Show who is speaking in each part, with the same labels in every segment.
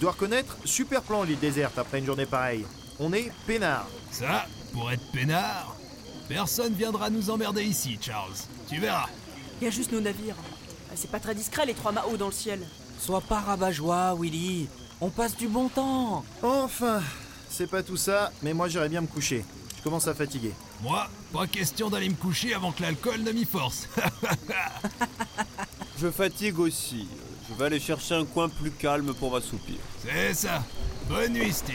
Speaker 1: dois reconnaître, super plan l'île déserte après une journée pareille. On est peinard.
Speaker 2: Ça, pour être peinard, personne viendra nous emmerder ici, Charles. Tu verras.
Speaker 3: Il y a juste nos navires. Ah, C'est pas très discret les trois Mao dans le ciel.
Speaker 4: Sois pas rabat-joie, Willy. On passe du bon temps.
Speaker 1: Enfin, c'est pas tout ça, mais moi j'irai bien me coucher. Je commence à fatiguer.
Speaker 2: Moi, pas question d'aller me coucher avant que l'alcool ne m'y force.
Speaker 5: Je fatigue aussi. Je vais aller chercher un coin plus calme pour m'assoupir.
Speaker 2: C'est ça. Bonne nuit, Steve.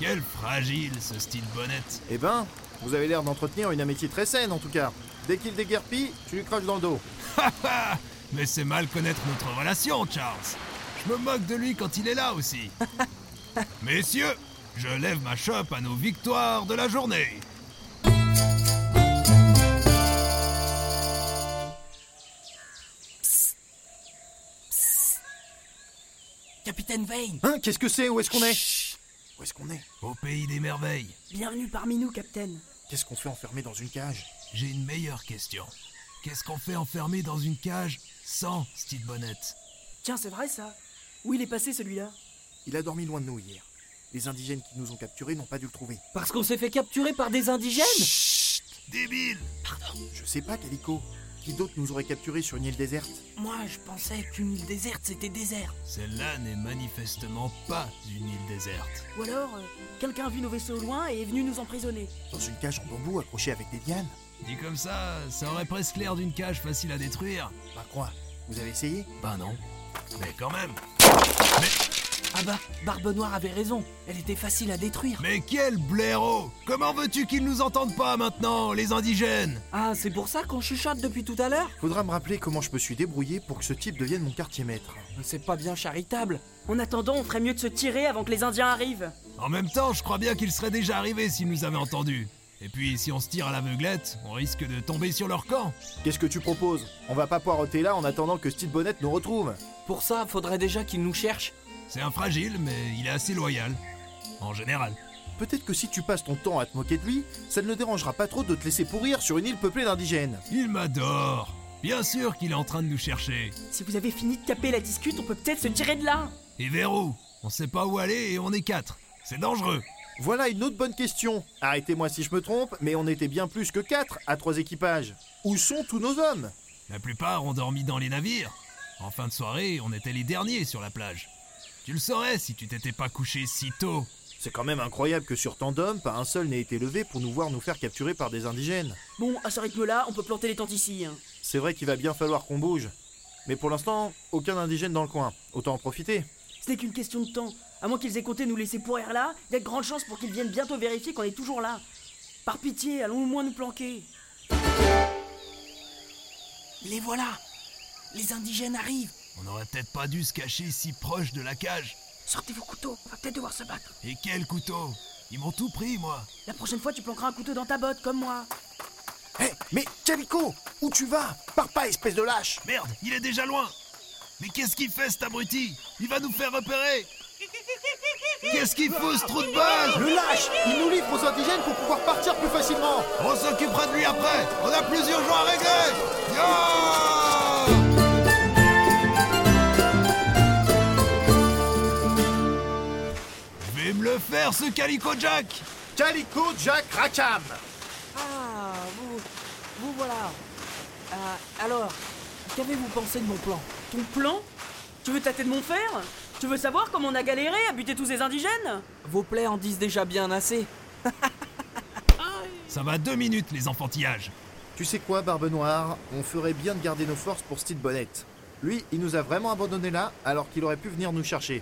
Speaker 2: Quel fragile ce Steve Bonnette.
Speaker 1: Eh ben, vous avez l'air d'entretenir une amitié très saine en tout cas. Dès qu'il déguerpit, tu lui craches dans le dos.
Speaker 2: Mais c'est mal connaître notre relation, Charles. Je me moque de lui quand il est là aussi. Messieurs, je lève ma chope à nos victoires de la journée.
Speaker 4: Capitaine Vane,
Speaker 1: Hein Qu'est-ce que c'est Où est-ce qu'on est
Speaker 4: Chut.
Speaker 1: Où est-ce qu'on est
Speaker 2: Au pays des merveilles,
Speaker 3: Bienvenue parmi nous, Capitaine.
Speaker 1: Qu'est-ce qu'on fait enfermé dans une cage
Speaker 2: j'ai une meilleure question. Qu'est-ce qu'on fait enfermé dans une cage sans Steve Bonnette
Speaker 3: Tiens, c'est vrai ça. Où il est passé celui-là
Speaker 1: Il a dormi loin de nous hier. Les indigènes qui nous ont capturés n'ont pas dû le trouver.
Speaker 4: parce qu'on s'est fait capturer par des indigènes
Speaker 2: Débile
Speaker 1: Je sais pas, Calico. Qui d'autre nous aurait capturés sur une île déserte
Speaker 4: Moi, je pensais qu'une île déserte, c'était désert.
Speaker 2: Celle-là n'est manifestement pas une île déserte.
Speaker 3: Ou alors, euh, quelqu'un a vu nos vaisseaux au loin et est venu nous emprisonner.
Speaker 1: Dans une cage en bambou accrochée avec des dianes
Speaker 2: Dit comme ça, ça aurait presque l'air d'une cage facile à détruire.
Speaker 1: Bah quoi Vous avez essayé
Speaker 2: Ben non. Mais quand même.
Speaker 4: Ah bah, Barbe Noire avait raison. Elle était facile à détruire.
Speaker 2: Mais quel blaireau Comment veux-tu qu'ils nous entendent pas maintenant, les indigènes
Speaker 4: Ah, c'est pour ça qu'on chuchote depuis tout à l'heure
Speaker 1: Faudra me rappeler comment je me suis débrouillé pour que ce type devienne mon quartier maître.
Speaker 4: C'est pas bien charitable.
Speaker 3: En attendant, on ferait mieux de se tirer avant que les Indiens arrivent.
Speaker 2: En même temps, je crois bien qu'ils seraient déjà arrivés s'ils nous avaient entendus. Et puis, si on se tire à l'aveuglette, on risque de tomber sur leur camp.
Speaker 1: Qu'est-ce que tu proposes On va pas poireauter là en attendant que Steve Bonnet nous retrouve.
Speaker 4: Pour ça, faudrait déjà qu'ils nous cherchent.
Speaker 2: C'est un fragile, mais il est assez loyal. En général.
Speaker 1: Peut-être que si tu passes ton temps à te moquer de lui, ça ne le dérangera pas trop de te laisser pourrir sur une île peuplée d'indigènes.
Speaker 2: Il m'adore. Bien sûr qu'il est en train de nous chercher.
Speaker 3: Si vous avez fini de caper la discute, on peut peut-être se tirer de là.
Speaker 2: Et vers où On sait pas où aller et on est quatre. C'est dangereux.
Speaker 1: Voilà une autre bonne question. Arrêtez-moi si je me trompe, mais on était bien plus que quatre à trois équipages. Où sont tous nos hommes
Speaker 2: La plupart ont dormi dans les navires. En fin de soirée, on était les derniers sur la plage. Tu le saurais si tu t'étais pas couché si tôt.
Speaker 1: C'est quand même incroyable que sur tant d'hommes, pas un seul n'ait été levé pour nous voir nous faire capturer par des indigènes.
Speaker 3: Bon, à ce rythme-là, on peut planter les tentes ici. hein.
Speaker 1: C'est vrai qu'il va bien falloir qu'on bouge. Mais pour l'instant, aucun indigène dans le coin. Autant en profiter.
Speaker 3: Ce n'est qu'une question de temps. À moins qu'ils aient compté nous laisser pourrir là, il y a de grandes chances pour qu'ils viennent bientôt vérifier qu'on est toujours là. Par pitié, allons au moins nous planquer.
Speaker 4: Les voilà Les indigènes arrivent
Speaker 2: On aurait peut-être pas dû se cacher si proche de la cage.
Speaker 3: Sortez vos couteaux, on va peut-être devoir se battre.
Speaker 2: Et quel couteau Ils m'ont tout pris, moi.
Speaker 3: La prochaine fois, tu planqueras un couteau dans ta botte, comme moi.
Speaker 1: Hé, mais Calico, où tu vas Pars pas, espèce de lâche
Speaker 2: Merde, il est déjà loin Mais qu'est-ce qu'il fait, cet abruti Il va nous faire repérer Qu'est-ce qu'il fout, ce trou de balle
Speaker 1: Le lâche Il nous livre aux indigènes pour pouvoir partir plus facilement
Speaker 2: On s'occupera de lui après On a plusieurs jours à régler Yo Vais me le faire, ce calico Jack
Speaker 1: Calico Jack Rackham
Speaker 4: Ah, vous... vous voilà Euh, Alors, qu'avez-vous pensé de mon plan
Speaker 3: Ton plan Tu veux tâter de mon fer Tu veux savoir comment on a galéré à buter tous ces indigènes
Speaker 4: Vos plaies en disent déjà bien assez.
Speaker 2: Ça va deux minutes, les enfantillages
Speaker 1: Tu sais quoi, Barbe Noire On ferait bien de garder nos forces pour Steve Bonnet. Lui, il nous a vraiment abandonnés là, alors qu'il aurait pu venir nous chercher.